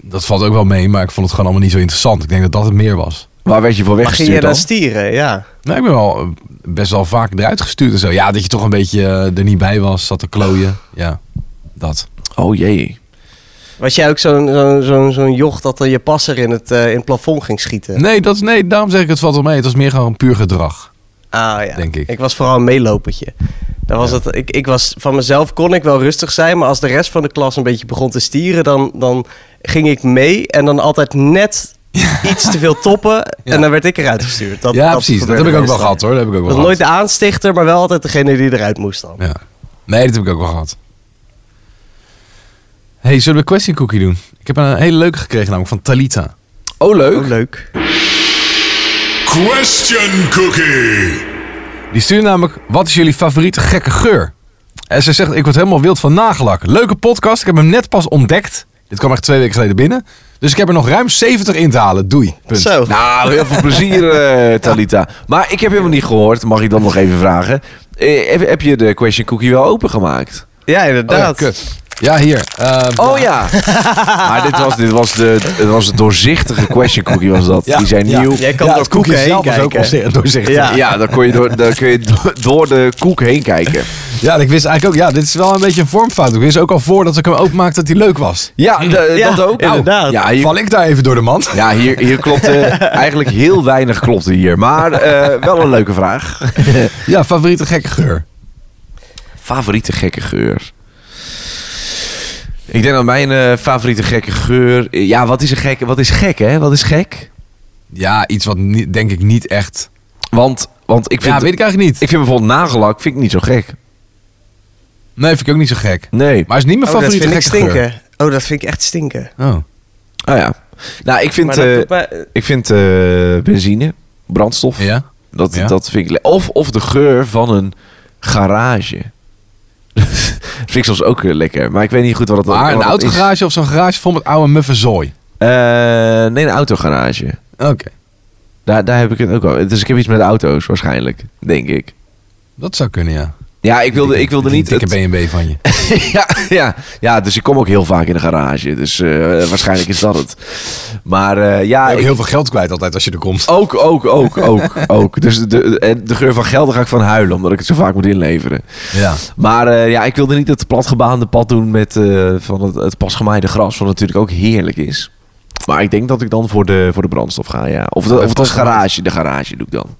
D: dat valt ook wel mee. Maar ik vond het gewoon allemaal niet zo interessant. Ik denk dat dat het meer was.
B: Waar werd je voor
C: Maar ging
B: weggestuurd
C: je
B: dan?
C: dan stieren? Ja.
D: Nee, ik ben wel eh, best wel vaak eruit gestuurd en zo. Ja, dat je toch een beetje eh, er niet bij was, zat te klooien. Ja, dat.
B: Oh jee.
C: Was jij ook zo'n zo'n zo'n zo'n joch dat dan je passer in het, eh, in het plafond ging schieten?
D: Nee, dat, is- nee, daarom zeg ik het valt wel mee. Het was meer gewoon puur gedrag.
C: Ah ja.
D: Denk ik.
C: Ik was vooral een meelopertje. Dan was het, ik, ik was, van mezelf kon ik wel rustig zijn, maar als de rest van de klas een beetje begon te stieren, dan, dan ging ik mee en dan altijd net iets te veel toppen
D: Ja.
C: en dan werd ik eruit gestuurd. Dat,
D: ja, precies. Dat heb
C: gebeurde
D: ik ook wel
C: meestal.
D: gehad hoor. Dat heb ik ook
C: Ik
D: wel
C: was nooit
D: gehad.
C: de aanstichter, maar wel altijd degene die eruit moest dan.
D: Ja. Nee, dat heb ik ook wel gehad. hey, zullen we question cookie doen? Ik heb een hele leuke gekregen namelijk van Talita.
B: Oh, leuk.
C: Ook leuk.
E: Question Cookie.
D: Die stuurde namelijk, wat is jullie favoriete gekke geur? En ze zegt, ik word helemaal wild van nagelak. Leuke podcast, ik heb hem net pas ontdekt. Dit kwam echt twee weken geleden binnen. Dus ik heb er nog ruim 70 in te halen. Doei. Punt.
C: Zo.
B: Nou, heel veel plezier, eh, Talita. Maar ik heb helemaal niet gehoord, mag ik dat nog even vragen? Eh, heb, heb je de question cookie wel opengemaakt?
C: Ja,
D: Oh ja,
C: inderdaad.
D: kut. Ja, hier. Eh,
B: Oh ja! maar dit was, dit was, de, het was een doorzichtige question cookie, was dat?
D: Ja,
B: Die zijn
D: ja.
B: nieuw.
C: Jij kan
D: Ja,
C: door
D: het koekje
C: koeken heen
D: zelf was ook
C: kijken.
D: op zich- doorzichtig.
C: Ja.
D: Ja.
B: Ja, dan kon je, door, dan kun je do- door de koek heen kijken.
D: en ik wist eigenlijk ook, ja, dit is wel een beetje een vormfout. Ik wist ook al voordat ik hem openmaakte dat hij leuk was.
B: Ja, de-
C: Ja,
B: dat ook. Nou,
C: inderdaad.
B: Ja, hier,
D: Val ik daar even door de mand?
B: ja, hier, hier klopte eigenlijk heel weinig klopte hier. Maar eh, wel een leuke vraag.
D: Ja, favoriete gekke geur.
B: Favoriete gekke geur? Ik denk dat mijn eh, favoriete gekke geur... Ja, wat is, een gekke, wat is gek, hè? Wat is gek?
D: Ja, iets wat niet- denk ik niet echt...
B: Want, want ik, vind,
D: Ja, weet ik eigenlijk niet.
B: ik vind bijvoorbeeld nagellak vind ik niet zo gek.
D: Nee, vind ik ook niet zo gek.
B: Nee.
D: Maar het is niet mijn
C: Oh, dat
D: favoriete
C: vind ik
D: gekke
C: stinken. Oh, dat vind ik echt stinken.
D: geur. Oh.
B: Ah ja. Nou, ik vind,
C: Maar dat
B: eh,
C: doet mij-
B: ik vind eh, benzine, brandstof...
D: Ja?
B: Dat,
D: Ja.
B: dat vind ik le- of, of de geur van een garage. dat vind ik soms ook eh, lekker. Maar ik weet niet goed wat dat
D: Maar
B: wat
D: een
B: dat is.
D: autogarage of zo'n garage vol met oude muffe zooi.
B: Eh, nee, een autogarage.
D: Oké.
B: Daar, daar heb ik het ook al. Dus ik heb iets met auto's waarschijnlijk, denk ik.
D: Dat zou kunnen, ja.
B: Ja, ik wilde, ik wilde niet...
D: Ik heb
B: het-
D: BNB van je.
B: ja, ja, ja, dus ik kom ook heel vaak in de garage. Dus eh, waarschijnlijk is dat het. Maar eh, ja...
D: ook
B: ik- Oh.
D: heel veel geld kwijt altijd als je er komt.
B: Ook, ook, ook, ook, ook. Dus de, de, de geur van geld, daar ga ik van huilen, omdat ik het zo vaak moet inleveren.
D: Ja.
B: Maar eh, ja, ik wilde niet het platgebaande pad doen met eh, van het, het pasgemaaide gras, wat natuurlijk ook heerlijk is. Maar ik denk dat ik dan voor de, voor de brandstof ga, ja. Of, de, of de
D: pasgemaaid.
B: garage, de garage doe ik dan.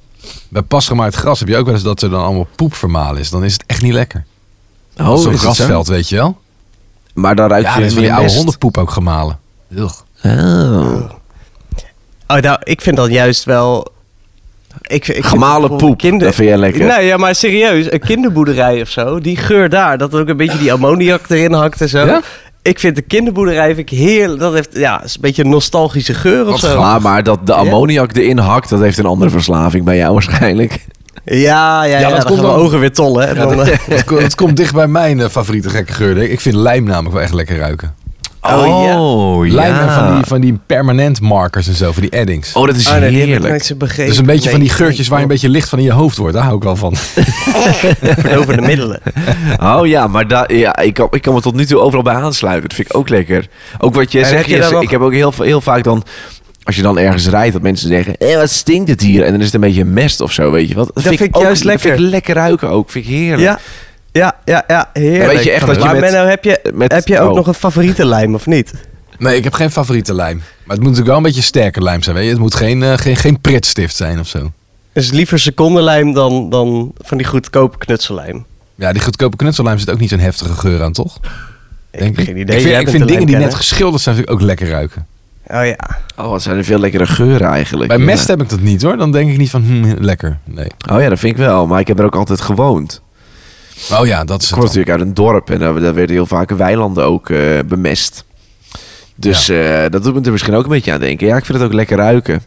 D: Bij pasgemaaid gras heb je ook wel eens dat er dan allemaal poepvermaal is. Dan is het echt niet lekker.
B: Oh,
D: Zo'n grasveld, weet je wel?
B: Maar daar ruikt
D: Ja,
B: je
D: dan is van die
B: meer
D: oude
B: mest.
D: hondenpoep ook gemalen. Ugh.
B: Oh.
C: Oh, nou, ik vind dat juist wel... Ik, ik
B: Gemalen
C: voor
B: poep,
C: kinder-
B: dat vind jij lekker.
C: Nee, ja, maar serieus, een kinderboerderij of zo, die geur daar, dat er ook een beetje die ammoniak erin hakt en zo.
D: Ja?
C: Ik vind de kinderboerderij vind ik heerlijk. Dat heeft, ja, is een beetje een nostalgische geur of zo.
B: Maar, maar dat de ammoniak erin hakt, dat heeft een andere verslaving bij jou waarschijnlijk.
C: Ja, ja, ja,
D: dat
C: dat
D: komt
C: komt mijn
D: dan-
C: ogen weer tollen. hè. Dan, eh,
D: Dat, ko- dat komt dicht bij mijn eh, favoriete gekke geur. denk ik. Ik vind lijm namelijk wel echt lekker ruiken.
C: Oh, ja.
B: Oh,
D: Lijm en
B: ja.
D: van die, van die permanent markers en zo, van die addings.
B: Oh, dat is
C: oh, nee, die heb ik nooit
B: heerlijk.
C: zo begrepen.
D: Dus een beetje
C: Nee,
D: van die geurtjes
C: nee,
D: waar je een beetje licht van in je hoofd wordt. Daar hou ik wel van.
C: verdovende middelen.
B: Oh ja, maar da, ja, ik, kan, ik kan me tot nu toe overal bij aansluiten. Dat vind ik ook lekker. Ook wat jij
C: En
B: zegt,
C: heb je
B: Jesse,
C: dan nog-
B: ik heb ook heel, va- heel vaak dan... Als je dan ergens rijdt, dat mensen zeggen... Hé, wat stinkt het hier? En dan is het een beetje mest of zo, weet je wat? Dat,
C: vind ik
B: ook-
C: juist
B: dat vind
C: lekker.
B: ik lekker ruiken ook. Vind ik heerlijk.
C: Ja, ja, ja, ja heerlijk.
B: Dan weet je echt dat je
C: maar
B: met-
C: Menno, heb je,
B: met-
C: heb je ook
B: oh.
C: nog een favoriete lijm of niet?
D: Nee, ik heb geen favoriete lijm. Maar het moet natuurlijk wel een beetje sterke lijm zijn. Weet je? Het moet geen, eh, geen, geen pritstift zijn of zo.
C: Dus liever secondenlijm dan, dan van die goedkope knutsellijm.
D: Ja, die goedkope knutsellijm zit ook niet zo'n heftige geur aan, toch?
C: Ik heb geen idee.
D: Ik
C: Jij
D: vind, ik
C: bent
D: vind dingen
C: de
D: die net
C: lijmkenner.
D: geschilderd zijn vind ik ook lekker ruiken.
C: Oh ja.
B: Oh, wat zijn er veel lekkere geuren eigenlijk.
D: Bij
B: Ja.
C: eh,
D: mest heb ik dat niet hoor. Dan denk ik niet van, hmm, lekker. Nee.
B: Oh ja, dat vind ik wel. Maar ik heb er ook altijd gewoond.
D: Oh ja, dat is
B: Ik
D: het
B: kwam
D: dan.
B: natuurlijk uit een dorp. En daar, daar werden heel vaak weilanden ook eh, bemest. Dus eh, dat doet me er misschien ook een beetje aan denken. Ja, ik vind het ook lekker ruiken.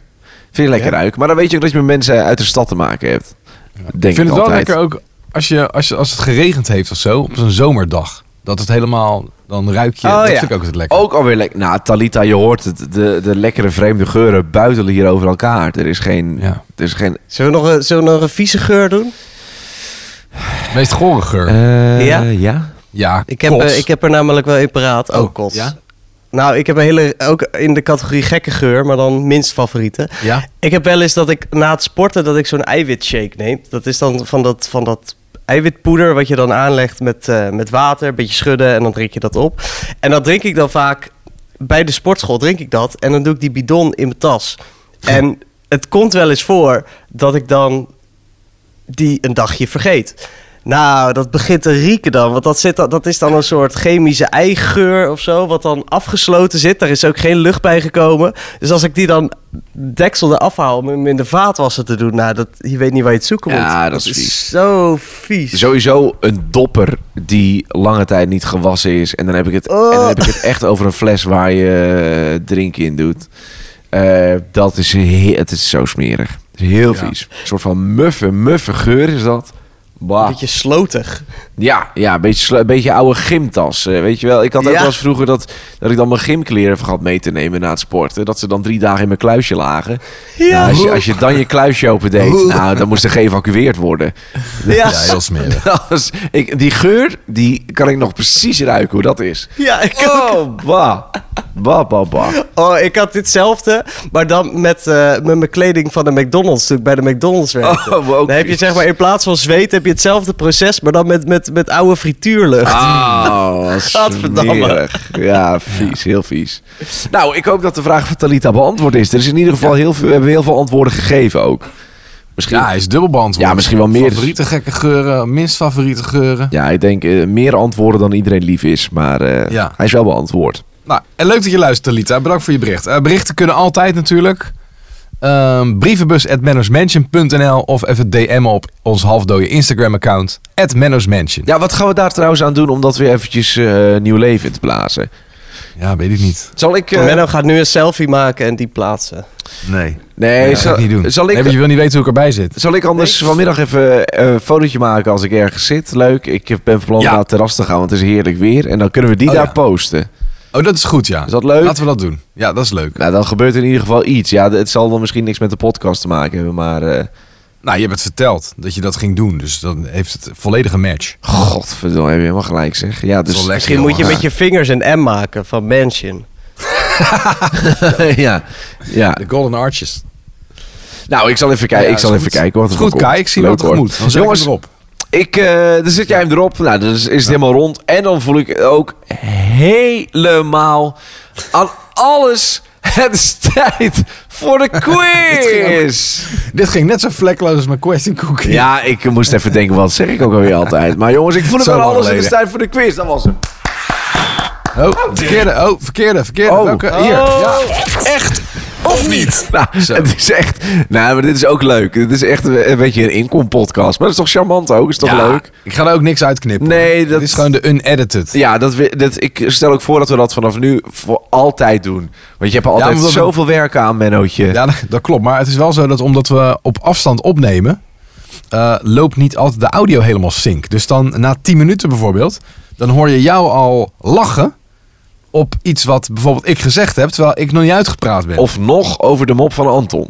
B: Vind je lekker ruiken. Maar dan weet je ook dat je met mensen uit de stad te maken hebt. Denk
D: Ik vind het wel
B: altijd.
D: lekker ook als, je, als, je, als het geregend heeft of zo. Op zo'n zomerdag. Dat het helemaal, dan ruik je.
B: Oh
D: dat
B: ja.
D: vind ik ook het lekker.
B: Ook alweer lekker. Nou, Talita, je hoort het. De, de lekkere vreemde geuren buitelen hier over elkaar. Er is geen...
D: Ja.
B: Er is geen
C: Zullen we, nog een, zullen we nog een vieze geur doen?
D: Meest gore geur.
B: Eh,
C: Ja?
B: ja?
D: ja,
C: Ik heb,
D: kots.
C: eh, ik heb er namelijk wel in paraat. Oh, kots.
D: ja?
C: Nou, ik heb een hele, ook in de categorie gekke geur, maar dan minst favoriete.
D: Ja?
C: Ik heb wel eens dat ik na het sporten dat ik zo'n eiwitshake neem. Dat is dan van dat, van dat eiwitpoeder wat je dan aanlegt met, eh, met water, een beetje schudden en dan drink je dat op. En dat drink ik dan vaak bij de sportschool drink ik dat en dan doe ik die bidon in mijn tas. En het komt wel eens voor dat ik dan die een dagje vergeet. Nou, dat begint te rieken dan. Want dat, zit, dan- dat is dan een soort chemische eigeur of zo. Wat dan afgesloten zit. Daar is ook geen lucht bij gekomen. Dus als ik die dan deksel eraf haal om hem in de vaatwasser te doen. Nou, dat, je weet niet waar je het zoeken moet.
B: Ja, dat is vies.
C: zo vies.
B: Sowieso een dopper die lange tijd niet gewassen is. En dan heb ik het, en dan heb ik het echt over een fles waar je eh, drinken in doet. Eh, dat is, he- het is zo smerig. Het is heel
D: Ja.
B: vies. Een soort van muffe, muffe geur is dat. Bah.
C: Beetje slotig.
B: Ja, ja een, beetje, slu- een beetje oude gymtas. eh, weet je wel, ik had ook
C: Ja.
B: wel eens vroeger dat, dat ik dan mijn gymkleren vergat mee te nemen na het sporten. Dat ze dan drie dagen in mijn kluisje lagen. Nou, als, je, als je dan je kluisje opendeed, nou, dan moest er geëvacueerd worden.
C: Ja,
D: Ja, heel smerig.
B: Dat was- ik, die geur, die kan ik nog precies ruiken hoe dat is.
C: ja ik ook.
B: Oh, bah. Bah, bah, bah.
C: Oh, ik had ditzelfde, maar dan met, eh, met mijn kleding van de McDonald's, toen ik bij de McDonald's werkte.
B: Oh, wow,
C: dan heb je
B: vies.
C: zeg maar in plaats van zweet heb je hetzelfde proces, maar dan met, met, met oude frituurlucht.
D: Ah,
B: Oh, wat
C: Gadverdamme.
B: smerig. Ja, vies, heel vies. Nou, ik hoop dat de vraag van Talita beantwoord is. Er is in ieder geval heel veel, we hebben heel veel antwoorden gegeven ook. Misschien.
D: Ja, hij is dubbel beantwoord.
B: Ja, misschien wel meer.
D: Favoriete gekke geuren, minst favoriete geuren.
B: Ja, ik denk eh, meer antwoorden dan iedereen lief is, maar eh,
D: Ja.
B: hij is wel beantwoord.
D: Nou, en leuk dat je luistert, Lita. Bedankt voor je bericht. Eh, berichten kunnen altijd natuurlijk. Ehm brievenbus at mannersmansion.nl of even DM op ons halfdode Instagram-account. At mannersmansion.
B: Ja, wat gaan we daar trouwens aan doen om dat weer eventjes eh, nieuw leven in te blazen?
D: Ja, weet ik niet.
B: Zal ik... eh,
C: Menno gaat nu een selfie maken en die plaatsen.
D: Nee.
B: nee,
D: dat
B: zal,
D: ga ik niet doen.
B: zal ik...
D: Nee, want je wil niet weten hoe ik erbij zit.
B: Zal ik anders vanmiddag even eh, een fotootje maken als ik ergens zit? Leuk. Ik heb- ben van plan om
D: Ja.
B: naar het terras te gaan, want het is heerlijk weer. En dan kunnen we die
D: Oh,
B: daar
D: ja.
B: posten.
D: Oh, dat is goed, ja.
B: Is dat leuk?
D: Laten we dat doen. Ja, dat is leuk.
B: Nou, dan gebeurt er in ieder geval iets. Ja, d- het zal dan misschien niks met de podcast te maken hebben, maar... eh
D: Nou, je hebt het verteld dat je dat ging doen. Dus dan heeft het volledige match.
B: godverdomme, heb je helemaal gelijk zeg. Ja, dus...
D: wel lekker,
C: Misschien moet je
D: jongen.
C: met je vingers een M maken van Mansion.
B: ja, ja.
D: De Golden Arches.
B: Nou, ik zal even kijken,
D: Ja,
B: ik zal
D: is
B: even
D: goed.
B: kijken wat
D: Is
B: er
D: goed,
B: van komt.
D: Kai. Ik zie
B: Leuk,
D: wat
B: hoor.
D: tegemoet. Dan zet ik
B: Jongens,
D: hem erop.
B: Ik, eh dan zet jij hem erop. Nou, dan is, is het helemaal rond. En dan voel ik ook helemaal aan alles. Het is tijd voor de quiz.
D: Dit ging net zo vlekloos als mijn question cookie.
B: ja, ik moest even denken, wat zeg ik ook alweer altijd. Maar jongens, ik voel het
D: Zo
B: aan
D: lang
B: alles. Het is
D: geleden.
B: tijd voor de quiz. Dat was hem.
D: Oh, verkeerde. Oh, verkeerde. Verkeerde.
B: Oh.
D: Welke? Hier. Ja.
E: Echt of niet?
B: Nou,
D: Zo.
B: het is echt... Nou, maar dit is ook leuk. Dit is echt een een beetje een inkompodcast. Maar dat is toch charmant ook? Is toch
D: Ja,
B: leuk?
D: Ik ga er ook niks uitknippen.
B: Nee,
D: hoor.
B: dat-
D: Dit is gewoon de unedited.
B: Ja, dat we, dat, ik stel ook voor dat we dat vanaf nu voor altijd doen. Want je hebt er altijd
D: omdat we-
B: zoveel werk aan, Mennootje.
D: Ja, dat- dat klopt. Maar het is wel zo dat omdat we op afstand opnemen, eh, loopt niet altijd de audio helemaal sync. Dus dan na 10 minuten bijvoorbeeld, dan hoor je jou al lachen op iets wat bijvoorbeeld ik gezegd heb, terwijl ik nog niet uitgepraat ben. Of,
B: Of nog over de mop van Anton.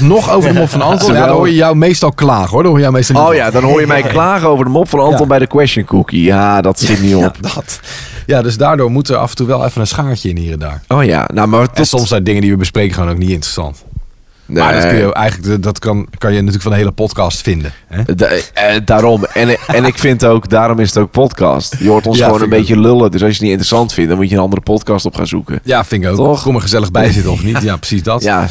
D: nog over de mop van Anton. Ja, dan hoor je jou meestal klagen hoor. Dan hoor je jou meestal niet
B: Oh
D: lachen.
B: ja, dan hoor je mij klagen over de mop van Anton
D: Ja.
B: bij de question cookie. Ja, dat zit niet
D: Ja,
B: op.
D: dat. Ja, dus daardoor moet er af en toe wel even een schaartje in hier en daar.
B: Oh ja, nou maar tot...
D: En soms zijn dingen die we bespreken gewoon ook niet interessant. Maar dat, kun je eigenlijk, dat kan, kan je natuurlijk van de hele podcast vinden. Hè?
B: Da- eh, daarom. En, en ik vind ook, daarom is het ook podcast. Je hoort ons
D: Ja,
B: gewoon een
D: vind ik
B: beetje lullen. Dus als je het niet interessant vindt, dan moet je een andere podcast op gaan zoeken.
D: Ja, vind ik ook.
B: Toch?
D: Kom er gezellig bij zitten of niet. Ja, precies dat.
B: Ja,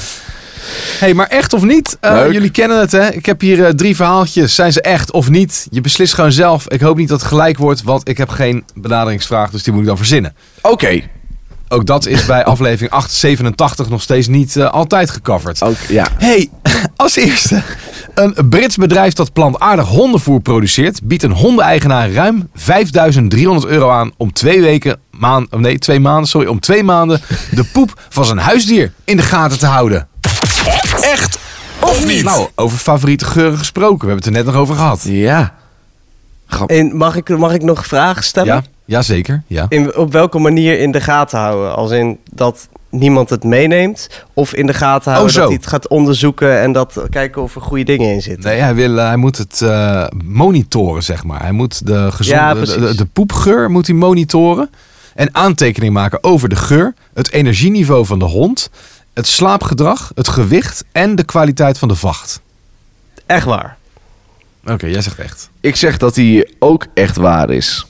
D: hey, maar echt of niet? Eh,
B: Leuk.
D: jullie kennen het, hè? Ik heb hier eh, drie verhaaltjes. Zijn ze echt of niet? Je beslist gewoon zelf. Ik hoop niet dat het gelijk wordt, want ik heb geen benaderingsvraag. Dus die moet ik dan verzinnen.
B: oké.
D: Ook dat is bij aflevering 887 nog steeds niet eh, altijd gecoverd.
B: Ook- ja.
D: Hey, als eerste. Een Brits bedrijf dat plantaardig hondenvoer produceert, biedt een hondeneigenaar ruim 5300 euro aan om twee weken, maan, oh nee, twee maanden, sorry, om twee maanden de poep van zijn huisdier in de gaten te houden.
E: Echt of niet?
D: Nou, over favoriete geuren gesproken. We hebben het er net nog over gehad.
B: Ja. Grap.
C: En mag ik, mag ik nog vragen stellen?
D: Ja, ja zeker. Ja.
C: In, op welke manier in de gaten houden? Als in dat niemand het meeneemt? Of in de gaten houden
D: Oh, zo.
C: dat hij het gaat onderzoeken en dat kijken of er goede dingen in zitten?
D: Nee, hij, wil, eh, hij moet het eh, monitoren, zeg maar. Hij moet de, gezonde,
C: Ja,
D: de,
C: precies.
D: de- de poepgeur moet hij monitoren. En aantekening maken over de geur, het energieniveau van de hond, het slaapgedrag, het gewicht en de kwaliteit van de vacht.
C: Echt waar.
D: Oké, jij zegt echt.
B: Ik zeg dat die ook echt waar is.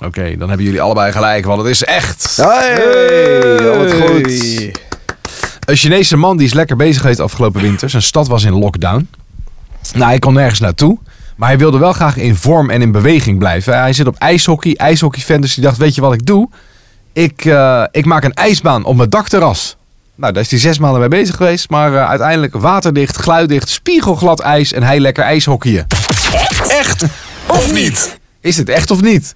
D: Oké, dan hebben jullie allebei gelijk, want het is echt.
C: Oh,
B: Hey, wat goed.
C: Hey.
D: Een Chinese man die is lekker bezig geweest afgelopen winter. Zijn stad was in lockdown. Nou, hij kon nergens naartoe. Maar hij wilde wel graag in vorm en in beweging blijven. Hij zit op ijshockey, ijshockeyfan. Dus die dacht, weet je wat ik doe? Ik, eh, ik maak een ijsbaan op mijn dakterras. Nou, daar is hij zes maanden mee bezig geweest. Maar eh, uiteindelijk waterdicht, gluidicht, spiegelglad ijs. En hij lekker ijshockeyen.
E: Echt of niet?
D: Is dit echt of niet?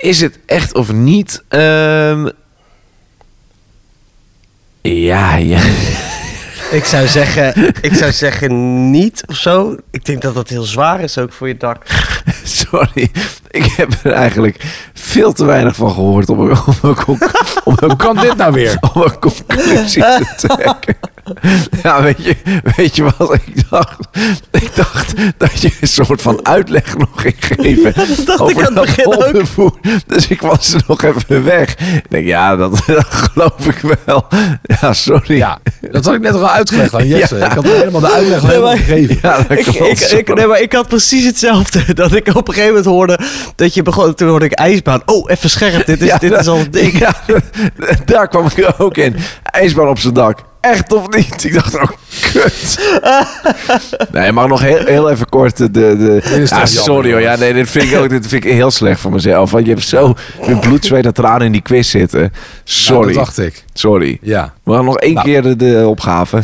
B: Is het echt of niet? Ehm, ja, ja.
C: Ik zou zeggen, ik zou zeggen niet of zo. Ik denk dat dat heel zwaar is ook voor je dak.
B: Sorry. Ik heb er eigenlijk veel te weinig van gehoord om, een- om, een, conc- om, een,
D: Hoe kan dit nou weer?
B: om een conclusie te trekken. Ja, weet je, weet je wat? Ik dacht, ik dacht dat je een soort van uitleg nog ging geven.
C: dat dacht ik aan het
B: dat
C: begin ook.
B: hondenvoer. Dus ik was er nog even weg. Ik denk, ja, dat, dat geloof ik wel. Ja, sorry.
D: Ja, dat had ik net al uitgelegd aan Jesse.
B: Ja.
D: Ik had hem helemaal de uitleg
C: Nee,
D: helemaal
C: maar-
D: gegeven.
B: Ja, dat
C: Ik, ik,
B: klopt.
C: ik, nee, maar ik had precies hetzelfde. Dat ik op een gegeven moment hoorde dat je begon. Toen hoorde ik ijsbaan. Oh, even scherp. Dit is,
B: Ja,
C: dit is al een ding.
B: Ja, daar kwam ik ook in. IJsbaan op zijn dak. Echt of niet? Ik dacht ook, kut. Nee, maar nog heel, heel even kort. De, de,
D: Dit is
B: ja,
D: toch jammer,
B: sorry hoor. Ja, nee, dit vind ik ook dit vind ik heel slecht van mezelf. Want je hebt zo een bloed, zweet en tranen in die quiz zitten.
D: Nou,
B: Sorry.
D: dat dacht ik.
B: sorry.
D: Ja.
B: Maar nog één
D: Nou.
B: keer de, de opgave.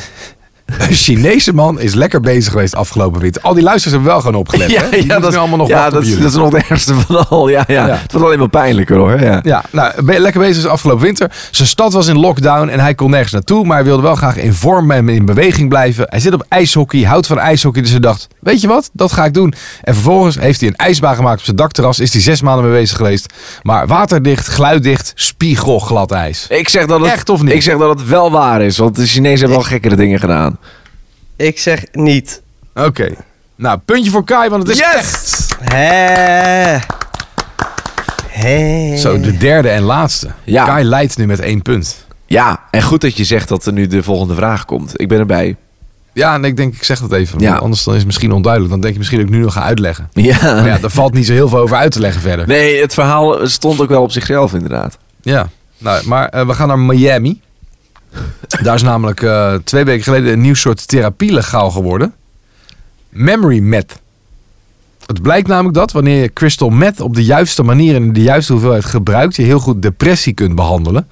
D: Een Chinese man is lekker bezig geweest afgelopen winter. Al die luisteraars hebben wel gewoon opgelet. hè? Die moeten nu allemaal nog
B: ja,
D: wachten
B: dat,
D: op jullie.
B: dat is nog de ergste van al. Ja, ja.
D: Ja.
B: Het wordt alleen maar pijnlijker hoor. Ja.
D: Ja, nou, be- lekker bezig is afgelopen winter. Zijn stad was in lockdown en hij kon nergens naartoe. Maar hij wilde wel graag in vorm en in beweging blijven. Hij zit op ijshockey, houdt van ijshockey. Dus hij dacht, weet je wat, dat ga ik doen. En vervolgens heeft hij een ijsbaan gemaakt op zijn dakterras. Is hij zes maanden mee bezig geweest. Maar waterdicht, gluiddicht, spiegelglad ijs.
B: Ik zeg dat het,
D: Echt of niet?
B: Ik zeg dat het wel waar is. Want de Chinezen hebben wel gekkere dingen gedaan.
C: Ik zeg niet.
D: Oké. Nou, puntje voor Kai, want het is
B: Yes!
D: echt...
C: Hè. Hè.
D: Zo, de derde en laatste.
B: Ja.
D: Kai leidt nu met één punt.
B: Ja, en goed dat je zegt dat er nu de volgende vraag komt. Ik ben erbij.
D: Ja, en ik denk, ik zeg dat even.
B: Ja.
D: want Anders dan is het misschien onduidelijk. Dan denk je misschien dat ik nu nog ga uitleggen.
B: Ja.
D: Maar ja, daar valt niet zo heel veel over uit te leggen verder.
B: Nee, het verhaal stond ook wel op zichzelf inderdaad.
D: Ja, nou, maar eh, we gaan naar Miami. Daar is namelijk eh, twee weken geleden een nieuw soort therapie legaal geworden. Memory meth. Het blijkt namelijk dat wanneer je crystal meth op de juiste manier en in de juiste hoeveelheid gebruikt, je heel goed depressie kunt behandelen.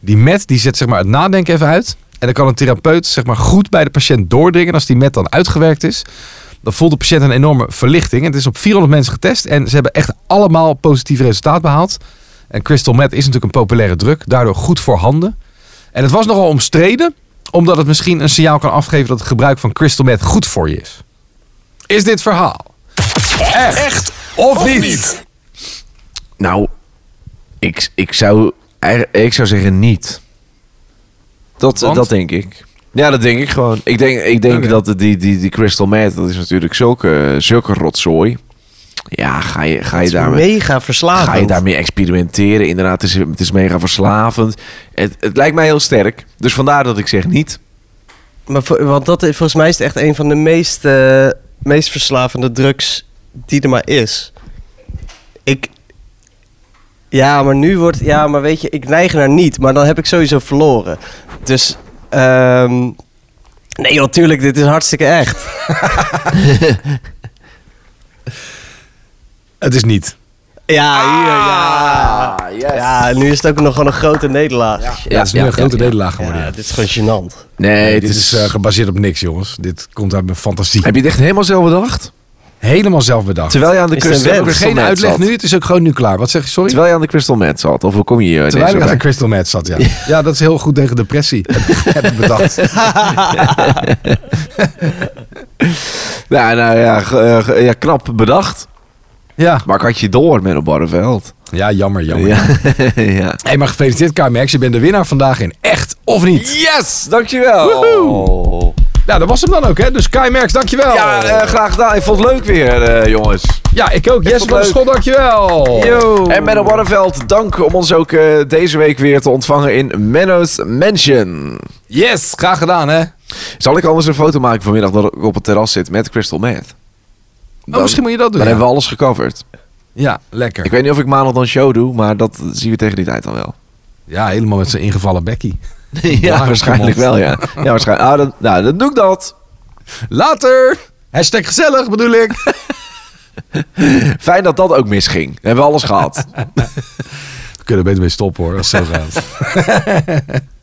D: Die meth die zet zeg maar het nadenken even uit. En dan kan een therapeut zeg maar goed bij de patiënt doordringen. En als die meth dan uitgewerkt is, dan voelt de patiënt een enorme verlichting. En het is op 400 mensen getest en ze hebben echt allemaal positief resultaat behaald. En crystal meth is natuurlijk een populaire druk, daardoor goed voorhanden. En het was nogal omstreden, omdat het misschien een signaal kan afgeven dat het gebruik van crystal meth goed voor je is. Is dit verhaal? Echt
E: Echt
D: of,
E: of
D: niet?
E: niet?
B: Nou, ik, ik, zou, eigen- ik zou zeggen niet. Dat,
D: Want?
B: dat denk ik. Ja, dat denk ik gewoon. Ik denk, ik denk
D: Oké.
B: dat die, die, die crystal meth, dat is natuurlijk zulke, zulke rotzooi. Ja, ga je, ga je
C: Het is
B: daarmee...
C: mega verslavend.
B: Ga je daarmee experimenteren? Inderdaad, het is, het is mega verslavend. Het, het lijkt mij heel sterk. Dus vandaar dat ik zeg niet.
C: Maar vo- want dat is, volgens mij is het echt een van de meest, eh, meest verslavende drugs die er maar is. Ik. Ja, maar nu wordt. Ja, maar weet je, ik neig naar niet. Maar dan heb ik sowieso verloren. Dus. ehm, nee, joh, tuurlijk, dit is hartstikke echt.
D: Het is niet.
C: Ja, hier,
B: Ah.
C: ja.
D: Ah,
C: Ja, nu is het ook nog gewoon een grote nederlaag. Ja,
D: Ja, het is nu een grote nederlaag geworden. ja.
C: dit is gewoon gênant.
B: Nee,
D: dit is eh, gebaseerd op niks, jongens. Dit komt uit mijn fantasie.
B: Heb je het echt helemaal zelf bedacht?
D: Helemaal zelf bedacht.
B: Terwijl je aan de
C: Is het
B: crystal,
C: een
D: Er
B: crystal
D: geen
B: meth
D: uitleg
B: zat.
D: nu, het is ook gewoon nu klaar. Wat zeg je, sorry?
B: Terwijl je aan de crystal meth zat. Of hoe kom je hier
D: Terwijl ik aan de
B: ineens bij?
D: crystal meth zat, ja. Ja, dat is heel goed tegen depressie. heb ik bedacht.
B: Ja, nou ja, ge- eh, ge- ja, knap bedacht.
D: Ja,
B: Maar ik had je door, met op Barneveld.
D: ja jammer, jammer.
B: Ja. ja.
D: Hé, maar gefeliciteerd KMX. Je bent de winnaar vandaag in Echt of Niet.
B: Yes, dankjewel.
D: Woehoe. Nou, dat was hem dan ook, hè? Dus KMX, dankjewel.
B: Ja, eh, graag gedaan. Ik vond het leuk weer, eh, jongens.
D: ja ik ook. Jesse
B: vond
D: van
B: het
D: der Schot, dankjewel.
B: En Menno Barneveld, dank om ons ook eh, deze week weer te ontvangen in Menno's Mansion.
D: Yes, graag gedaan, hè?
B: Zal ik anders een foto maken vanmiddag dat ik op het terras zit met Crystal Meth? Dan-
D: Oh, misschien moet je dat
B: Dan
D: doen. Ja.
B: hebben we alles gecoverd.
D: ja, lekker.
B: Ik weet niet of ik maandag dan een show doe, maar dat zien we tegen die tijd dan wel.
D: Ja, helemaal met zijn ingevallen Becky.
B: ja, waarschijnlijk wel, ja. ja waarschijnlijk. Ah, dan, nou, dan doe ik dat.
D: Later! Hashtag gezellig bedoel ik.
B: Fijn dat dat ook misging. Dan hebben we alles gehad.
D: We kunnen beter mee stoppen hoor, als het zo gaat.